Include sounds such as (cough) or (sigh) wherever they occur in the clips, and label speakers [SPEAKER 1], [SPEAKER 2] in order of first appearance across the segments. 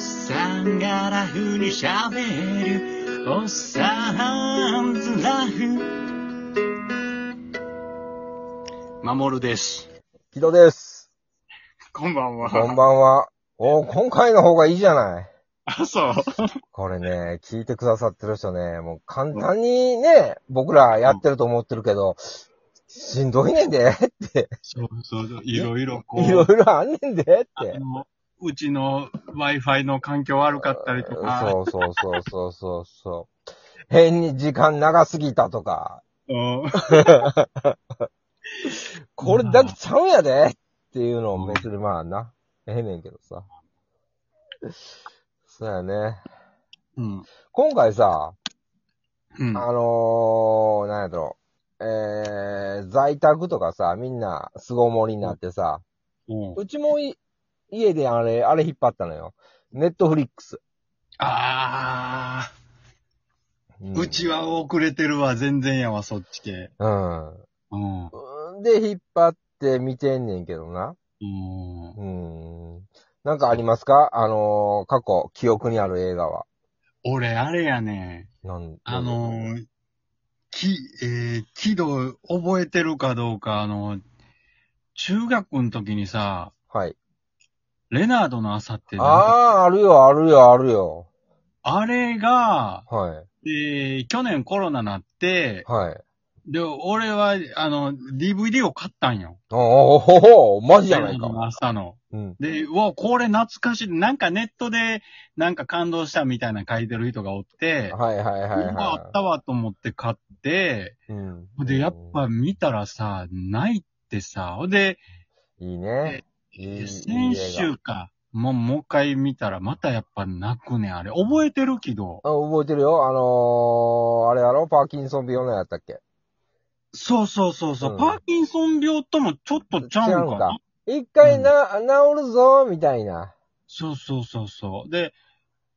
[SPEAKER 1] さんがラフに喋るおっさんずラフ守です
[SPEAKER 2] 木戸です。
[SPEAKER 1] こんばんは
[SPEAKER 2] こんばんは。おー今回の方がいいじゃない。
[SPEAKER 1] あそう
[SPEAKER 2] これね、聞いてくださってる人ね、もう簡単にね、僕らやってると思ってるけど、しんどいねんでって、
[SPEAKER 1] そうそういろいろこう
[SPEAKER 2] いろいろあんねんでって。
[SPEAKER 1] あのうちの Wi-Fi の環境悪かったりとか、
[SPEAKER 2] そうそうそうそうそうそう。変に時間長すぎたとか、
[SPEAKER 1] うん
[SPEAKER 2] これだけちゃうんやでっていうのを別にまあな、ええねんけどさ。そうやね。
[SPEAKER 1] うん。
[SPEAKER 2] 今回さ、
[SPEAKER 1] うん。
[SPEAKER 2] あのー、なんやろ。えー、在宅とかさ、みんな凄盛りになってさ、
[SPEAKER 1] うん
[SPEAKER 2] うちもい家であれ、あれ引っ張ったのよ。ネットフリックス。
[SPEAKER 1] ああ、
[SPEAKER 2] うん
[SPEAKER 1] うちは遅れてるわ、全然やわ、そっち系。
[SPEAKER 2] う。
[SPEAKER 1] うん。うん
[SPEAKER 2] で、引っ張って見てんねんけどな。
[SPEAKER 1] ん。
[SPEAKER 2] うん。なんかありますかあのー、過去、記憶にある映画は。
[SPEAKER 1] 俺、あれやね。
[SPEAKER 2] なん
[SPEAKER 1] あのー、き、えー、喜怒覚えてるかどうか、あの、中学の時にさ、
[SPEAKER 2] はい。
[SPEAKER 1] レナードの朝ってなんか、
[SPEAKER 2] ああー、あるよ、あるよ、あるよ。
[SPEAKER 1] あれが、
[SPEAKER 2] はい。
[SPEAKER 1] えー、去年コロナなって、
[SPEAKER 2] はい。
[SPEAKER 1] で、俺は、あの、DVD を買ったんよ。
[SPEAKER 2] おーおーおーおーマジじゃない
[SPEAKER 1] レナード
[SPEAKER 2] か。
[SPEAKER 1] の朝の。
[SPEAKER 2] うん。
[SPEAKER 1] で、うわ、これ懐かしい。なんかネットで、なんか感動したみたいな書いてる人がおって、
[SPEAKER 2] はいはいはいは
[SPEAKER 1] う
[SPEAKER 2] い。
[SPEAKER 1] わあったわと思って買って、
[SPEAKER 2] うん
[SPEAKER 1] で、やっぱ、見たらさ、ないってさ、ほんで、
[SPEAKER 2] いいね。いい
[SPEAKER 1] 先。
[SPEAKER 2] いい映
[SPEAKER 1] 週か、もう、もう一回見たら、またやっぱ泣くねん、あれ。覚えてるけど。
[SPEAKER 2] 画あ、覚えてるよ。あのー、あれやろパーキンソン病のやったっけ
[SPEAKER 1] そうそうそうそう、
[SPEAKER 2] うん
[SPEAKER 1] パーキンソン病ともちょっとちゃうん
[SPEAKER 2] 違
[SPEAKER 1] か
[SPEAKER 2] う
[SPEAKER 1] な
[SPEAKER 2] か。一回な、治るぞみたいな。
[SPEAKER 1] そうそうそうそう。で、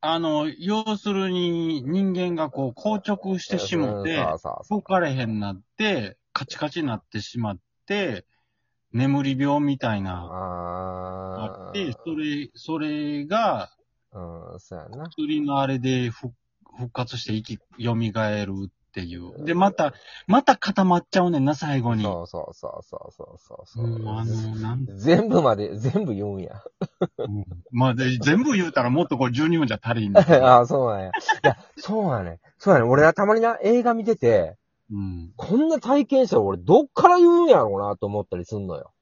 [SPEAKER 1] あの、要するに、人間がこう、硬直してしも
[SPEAKER 2] う
[SPEAKER 1] て
[SPEAKER 2] ん、さあさあさ
[SPEAKER 1] 動かれへんなって、カチカチになってしまって、眠り病みたいな、あ
[SPEAKER 2] あ。あ
[SPEAKER 1] って、
[SPEAKER 2] ー
[SPEAKER 1] それ、それが、
[SPEAKER 2] うん、そうやな。
[SPEAKER 1] 薬のあれで復復活して生き、蘇るっていう。で、また、また固まっちゃうねんな、最後に。も
[SPEAKER 2] そうそうそうそうそうそう
[SPEAKER 1] う
[SPEAKER 2] そう。
[SPEAKER 1] あの、なん、
[SPEAKER 2] 全部まで、全部言うん (laughs) や。
[SPEAKER 1] まあ、で全部言うたらもっとこれ12分じゃ足りん (laughs) ね。
[SPEAKER 2] ああ、そうなんや。いや、そうやね。そうやね。俺はたまにな、映画見てて、
[SPEAKER 1] うん。
[SPEAKER 2] こんな体験したら俺どっから言うんやろうなと思ったりすんのよ。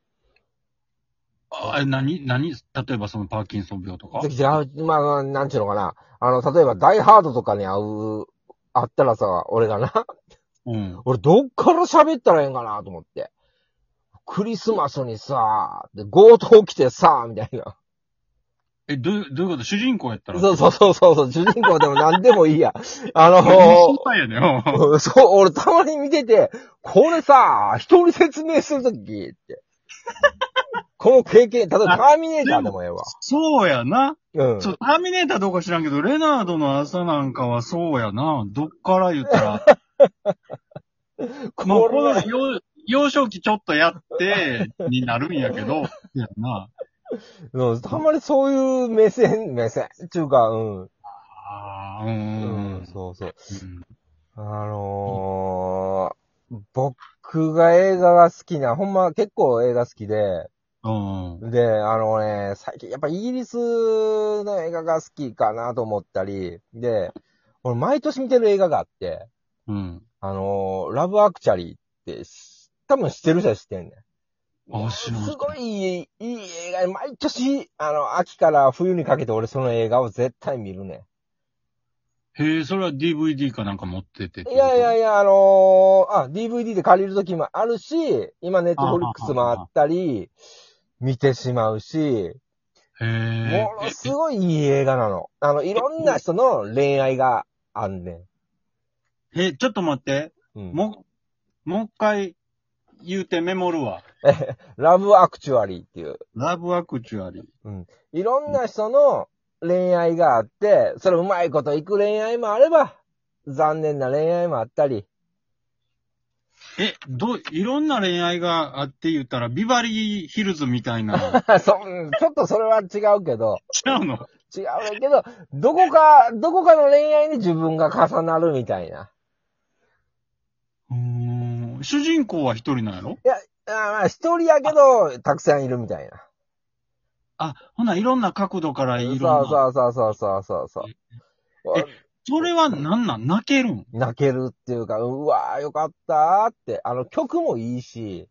[SPEAKER 1] あ、え何、何例えばそのパーキンソン病とか。
[SPEAKER 2] じゃあ、まあ、なんちゅうのかな。あの、例えば、ダイハードとかに会う、会ったらさ、俺がな、 (laughs)
[SPEAKER 1] うん。
[SPEAKER 2] 俺どっから喋ったらええんかなと思って。クリスマスにさ、で強盗来てさ、みたいな。
[SPEAKER 1] え、どういう、どういうこと主人公やったら。
[SPEAKER 2] そうそうそうそうそう、主人公でも何でもいい
[SPEAKER 1] (laughs)
[SPEAKER 2] や。あ
[SPEAKER 1] 心
[SPEAKER 2] の
[SPEAKER 1] 配やねん。
[SPEAKER 2] ー、そう、俺たまに見てて、これさ、人に説明すると
[SPEAKER 1] (laughs)
[SPEAKER 2] きって。この経験、例えばターミネーターでもええわ。
[SPEAKER 1] (laughs) そうやな。
[SPEAKER 2] うん。
[SPEAKER 1] そう、ターミネーターどうか知らんけど、レナードの朝なんかはそうやな。どっから言ったら。まあ、
[SPEAKER 2] こ
[SPEAKER 1] こ
[SPEAKER 2] れ
[SPEAKER 1] の
[SPEAKER 2] は
[SPEAKER 1] 幼幼少期ちょっとやって、になるんやけど、やな。
[SPEAKER 2] うん、たまにそういう目線、目線っていうか、うん。
[SPEAKER 1] ああ、うー。
[SPEAKER 2] うん
[SPEAKER 1] うん
[SPEAKER 2] そうそう。あのー、僕が映画が好きな、ほんま結構映画好きで、
[SPEAKER 1] うん。
[SPEAKER 2] で、あのね、最近やっぱイギリスの映画が好きかなと思ったり、で、俺毎年見てる映画があって、
[SPEAKER 1] うん。
[SPEAKER 2] あのー、ラブアクチャリーってし、多分知ってる人は知ってんね
[SPEAKER 1] あ、
[SPEAKER 2] ん。
[SPEAKER 1] 知
[SPEAKER 2] す
[SPEAKER 1] らん。
[SPEAKER 2] ごいいい、いい映画、毎年、あの、秋から冬にかけて俺その映画を絶対見るねん。
[SPEAKER 1] へえ、それは DVD かなんか持ってて。
[SPEAKER 2] いやいやいや、あのーあ、DVD で借りるときもあるし、今ネットフリックスもあったり、見てしまうし、
[SPEAKER 1] へえ
[SPEAKER 2] も。のすごいいい映画なの。あの、いろんな人の恋愛があんね
[SPEAKER 1] え、ちょっと待って。
[SPEAKER 2] ん。うん、
[SPEAKER 1] もう、もう一回言うてメモるわ。
[SPEAKER 2] ラブアクチュアリーっていう。
[SPEAKER 1] ラブアクチュアリー。
[SPEAKER 2] いろんな人の恋愛があって、それうまいこといく恋愛もあれば、残念な恋愛もあったり。 (laughs)
[SPEAKER 1] え、どう、いろんな恋愛があって言った
[SPEAKER 2] (laughs)
[SPEAKER 1] ら、ビバリーヒルズみたいな。
[SPEAKER 2] そんちょっとそれは違うけど、
[SPEAKER 1] 違うの
[SPEAKER 2] 違うねんけど、どこか、どこかの恋愛に自分が重なるみたいな。
[SPEAKER 1] うーん。主人公は一人なんやろ
[SPEAKER 2] あーまあ、一人やけど、たくさんいるみたいな。
[SPEAKER 1] あ、ほな、いろんな角度からいろ
[SPEAKER 2] そ
[SPEAKER 1] ん
[SPEAKER 2] う
[SPEAKER 1] な。
[SPEAKER 2] そうそうそうそうそうそう。
[SPEAKER 1] えそれはなんなん泣けるん
[SPEAKER 2] 泣けるっていうか、うわーよかったーって、あの曲もいいし、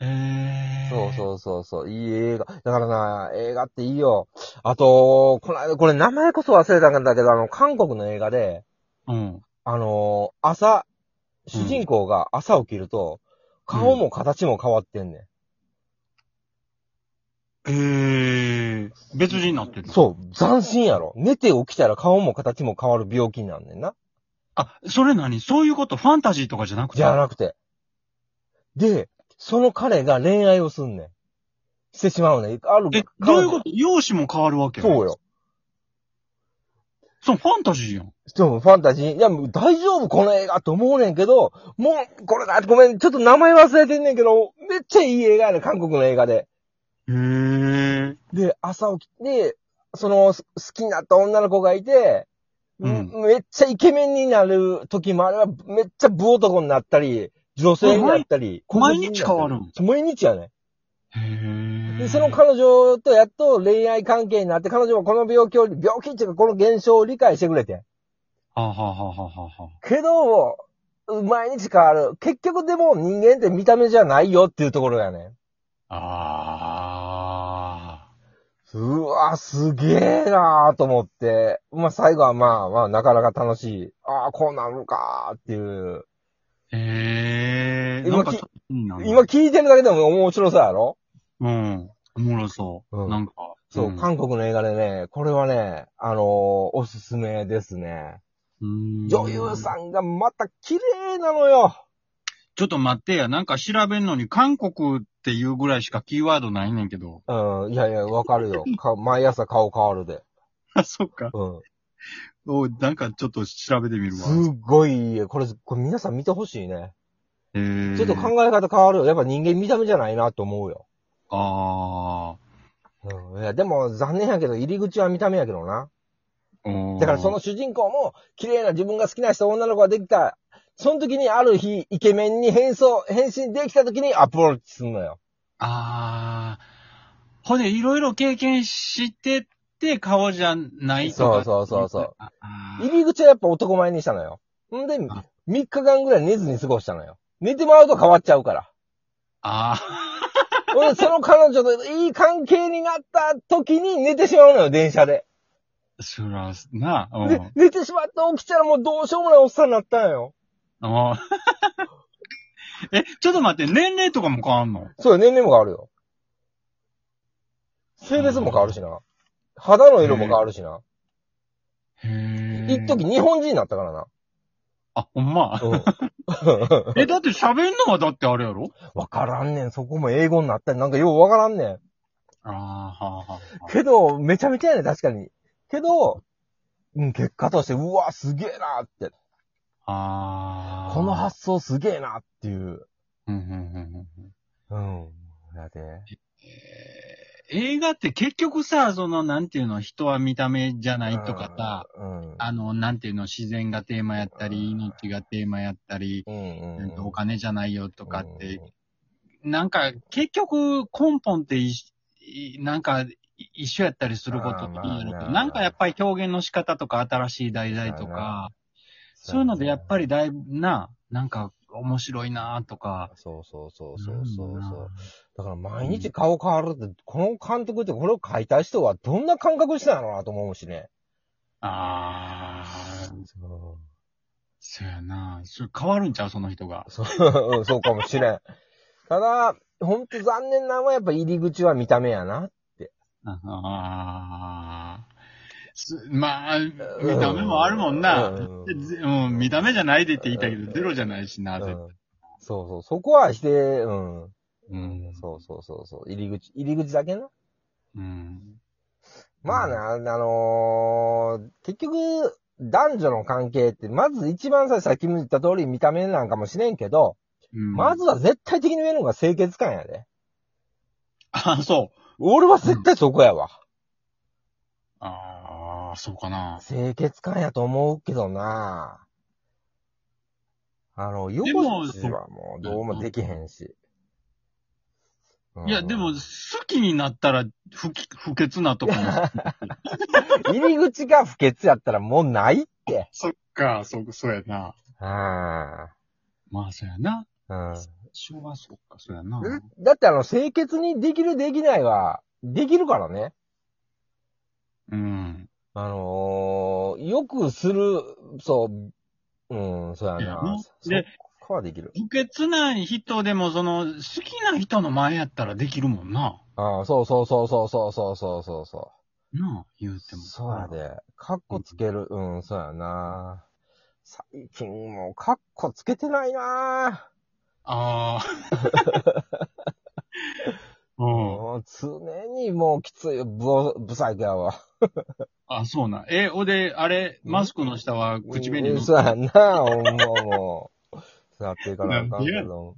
[SPEAKER 1] へえ。
[SPEAKER 2] そうそうそう、そういい映画。だからな、映画っていいよ。あと、この間、これ名前こそ忘れたんだけど、あの、韓国の映画で、
[SPEAKER 1] う。うん。
[SPEAKER 2] あのー朝、主人公が朝起きると、顔も形も変わってんねん。
[SPEAKER 1] へえ。別人になってる。う。
[SPEAKER 2] そう、斬新やろ。寝て起きたら顔も形も変わる病気なんねんな。
[SPEAKER 1] あ、それ何そういうことファンタジーとかじゃなくて。
[SPEAKER 2] じゃなくて。で、その彼が恋愛をすんねん。してしまうねん。ある
[SPEAKER 1] え、どういうこと容姿も変わるわけ
[SPEAKER 2] そうよ。。
[SPEAKER 1] そう、ファンタジーやん。
[SPEAKER 2] でもファンタジー、いや、もう大丈夫この映画と思うねんけど、もう、これだ、ごめん、ちょっと名前忘れてんねんけど、めっちゃいい映画やねん、韓国の映画で。
[SPEAKER 1] へえ。
[SPEAKER 2] で、朝起きて、その、す好きになった女の子がいて、
[SPEAKER 1] うん
[SPEAKER 2] めっちゃイケメンになる時もあれば、めっちゃ武男になったり、女性になったり。
[SPEAKER 1] うん毎毎日変わるん
[SPEAKER 2] 毎日やねん。
[SPEAKER 1] へえ。
[SPEAKER 2] で、その彼女とやっと恋愛関係になって、彼女もこの病気を、病気っていうかこの現象を理解してくれてん。
[SPEAKER 1] はあ、はあはあはあはあ、
[SPEAKER 2] けど、毎日変わる。結局でも人間って見た目じゃないよっていうところやねん。
[SPEAKER 1] あ
[SPEAKER 2] うわ、すげえなーと思って。まあ、最後はまあまあ、なかなか楽しい。ああ、こうなるかーっていう。
[SPEAKER 1] ー。へえ。
[SPEAKER 2] 今
[SPEAKER 1] なん
[SPEAKER 2] き
[SPEAKER 1] か、いいな。
[SPEAKER 2] 今、聞いてるだけでも面白さやろ
[SPEAKER 1] うん。おもろそう。
[SPEAKER 2] うん
[SPEAKER 1] なんか。
[SPEAKER 2] そう、
[SPEAKER 1] ん
[SPEAKER 2] 韓国の映画でね、これはね、あのーおすすめですね。
[SPEAKER 1] うん
[SPEAKER 2] 女優さんがまた綺麗なのよ。
[SPEAKER 1] ちょっと待ってや。なんか調べんのに、韓国っていうぐらいしかキーワードないねんけど。
[SPEAKER 2] うん、いやいや、わかるよ。か毎朝顔変わるで。
[SPEAKER 1] あ、 (laughs) そっか。
[SPEAKER 2] うん。
[SPEAKER 1] おなんかちょっと調べてみる
[SPEAKER 2] す
[SPEAKER 1] わ。
[SPEAKER 2] っごいいい、これ、これ皆さん見てほしいね。
[SPEAKER 1] へー
[SPEAKER 2] ちょっと考え方変わるよ。やっぱ人間見た目じゃないなと思うよ。
[SPEAKER 1] あ
[SPEAKER 2] うん。いや、でも残念やけど、入り口は見た目やけどな。
[SPEAKER 1] あ。おー
[SPEAKER 2] だからその、主人公も、綺麗な自分が好きな人、女の子ができた。その時にある日、イケメンに変装、変身できた時にアプローチするのよ。
[SPEAKER 1] ああ。ほんで、いろいろ経験してって顔じゃないとか。
[SPEAKER 2] そうそうそうそう
[SPEAKER 1] ああー
[SPEAKER 2] 入り口はやっぱ男前にしたのよ。んで、3
[SPEAKER 1] あ
[SPEAKER 2] 日間ぐらい寝ずに過ごしたのよ。寝てもらうと変わっちゃうから。
[SPEAKER 1] あ
[SPEAKER 2] 俺、その彼女といい関係になった時に寝てしまうのよ、電車で。
[SPEAKER 1] あ、そら、な、うん
[SPEAKER 2] で、寝てしまって起きたらもうどうしようもないおっさんになったんよ。
[SPEAKER 1] うん。え、ちょっと待って、年齢とかも変わんの
[SPEAKER 2] そうよ、年齢も変わるよ。性別も変わるしな。肌の色も変わるしな。
[SPEAKER 1] へえ。
[SPEAKER 2] 一時日本人になったからな。
[SPEAKER 1] あ、ほんま。
[SPEAKER 2] うん
[SPEAKER 1] え、だって喋んのはだってあれやろ
[SPEAKER 2] (laughs) わからんねん。そこも英語になったり、なんかようわからんねん。
[SPEAKER 1] ああ、はあ、はあ。
[SPEAKER 2] けど、めちゃめちゃやねん、確かに。けど、うん、結果として、うわ、すげえなって。
[SPEAKER 1] ああ。
[SPEAKER 2] この発想すげえなっていう。
[SPEAKER 1] うんうんうんうん
[SPEAKER 2] うん。だって。
[SPEAKER 1] えー映画って結局さ、その、なんていうの、人は見た目じゃないとかさ、
[SPEAKER 2] うん。
[SPEAKER 1] あの、なんていうの、自然がテーマやったり、
[SPEAKER 2] うん
[SPEAKER 1] 命がテーマやったり、
[SPEAKER 2] うんうんうん。
[SPEAKER 1] お金じゃないよとかって
[SPEAKER 2] うん、
[SPEAKER 1] なんか、結局、根本っていいなんか、い一緒やったりすることっていいやろ
[SPEAKER 2] まあまあ
[SPEAKER 1] う
[SPEAKER 2] ま
[SPEAKER 1] け
[SPEAKER 2] あ
[SPEAKER 1] ど、なんかやっぱり表現の仕方とか、新しい題材と
[SPEAKER 2] まあま
[SPEAKER 1] か、そういうのでやっぱり。だいぶな、なんか面白いなとか。
[SPEAKER 2] そうそうそうそうそ
[SPEAKER 1] な
[SPEAKER 2] う
[SPEAKER 1] ん
[SPEAKER 2] そ
[SPEAKER 1] だ
[SPEAKER 2] う。だから毎日顔変わるって、この監督ってこれを書いた人はどんな感覚したんやろうなと思うしね。
[SPEAKER 1] ああ、
[SPEAKER 2] そ
[SPEAKER 1] そうやな。それ変わるんちゃうその人が。
[SPEAKER 2] う、うんそうかもしれん。ただ、ほんと残念なのはやっぱ入り口は見た目やな。
[SPEAKER 1] ああ。すまあ、見た目もあるもんな。
[SPEAKER 2] うん
[SPEAKER 1] でぜうん、見た目じゃないでって言いたいけど、ゼロじゃないし
[SPEAKER 2] う
[SPEAKER 1] な、
[SPEAKER 2] ん
[SPEAKER 1] 絶
[SPEAKER 2] そうそう、そこはして、うん。
[SPEAKER 1] 対。うん。
[SPEAKER 2] そうそうそうそう。入り口、入り口だけな。
[SPEAKER 1] うん。
[SPEAKER 2] まあな、あのー結局、男女の関係って、まず一番最初、さっきも言った通り見た目なんかもしれんけど、
[SPEAKER 1] うん
[SPEAKER 2] まずは絶対的に見えるのが清潔感やで。
[SPEAKER 1] あ、そう。
[SPEAKER 2] 俺は絶対そこやわ。
[SPEAKER 1] ああ、そうかな。
[SPEAKER 2] 清潔感やと思うけどなあの、
[SPEAKER 1] でも
[SPEAKER 2] 横地はもうどうもできへんし。
[SPEAKER 1] いや、
[SPEAKER 2] うん
[SPEAKER 1] でも、好きになったら、不き、不潔なとこも。
[SPEAKER 2] 入り口が不潔やったらもうないって。
[SPEAKER 1] そっ
[SPEAKER 2] (laughs)
[SPEAKER 1] か、そ、そうやな。
[SPEAKER 2] あ
[SPEAKER 1] まあ、そうやな。
[SPEAKER 2] あ。うん。
[SPEAKER 1] 昭和、そっか、そうやな。
[SPEAKER 2] だってあの、清潔にできるできないは、できるからね。
[SPEAKER 1] うん。
[SPEAKER 2] あのー、よくする、そう、うん、そうやな。
[SPEAKER 1] いやで
[SPEAKER 2] そこはできる。
[SPEAKER 1] 不潔ない人でも、その、好きな人の前やったらできるもんな。
[SPEAKER 2] ああ、そうそうそうそうそうそうそうそうそ
[SPEAKER 1] なあ、言うて
[SPEAKER 2] う。
[SPEAKER 1] も。
[SPEAKER 2] そうや。で。カッコつける、うん、そうやな。最近もうカッコつけてないな。
[SPEAKER 1] ああ。 (laughs) うん。
[SPEAKER 2] もう常にもうきつい、ぶ、ぶさいやわ。
[SPEAKER 1] あ、そうな。え、おで、あれ、マスクの下は口紅
[SPEAKER 2] う
[SPEAKER 1] の
[SPEAKER 2] んそうやな、ほんまもう。座っていかなあかんけ
[SPEAKER 1] (laughs)
[SPEAKER 2] ど。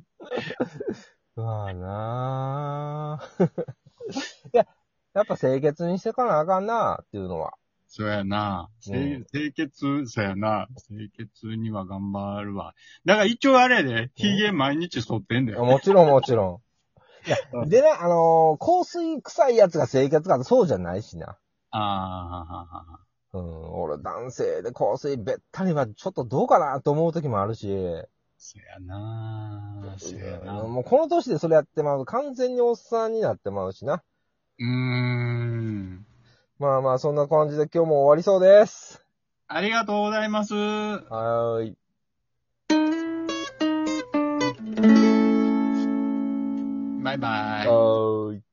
[SPEAKER 2] まあなあいや、やっぱ清潔にしてかなあかんなあっていうのは。
[SPEAKER 1] そうやな。
[SPEAKER 2] うん
[SPEAKER 1] 清清潔、そうやな。清潔には頑張るわ。だから一応あれやで、髭毎日剃ってんだよ。
[SPEAKER 2] もちろんもちろん。いや、でな、あのー香水臭いやつが清潔感そうじゃないしな。
[SPEAKER 1] あ
[SPEAKER 2] うん、俺男性で香水べったりはちょっとどうかなと思う時もあるし、
[SPEAKER 1] ー、そうやな。そうやな。う
[SPEAKER 2] もうこの年でそれやってまうと完全におっさんになってまうしな。
[SPEAKER 1] ーん。
[SPEAKER 2] まあまあそんな感じで今日も終わりそうです。
[SPEAKER 1] ありがとうございます。
[SPEAKER 2] はーい。
[SPEAKER 1] バイバイ。哎
[SPEAKER 2] 哦はーい。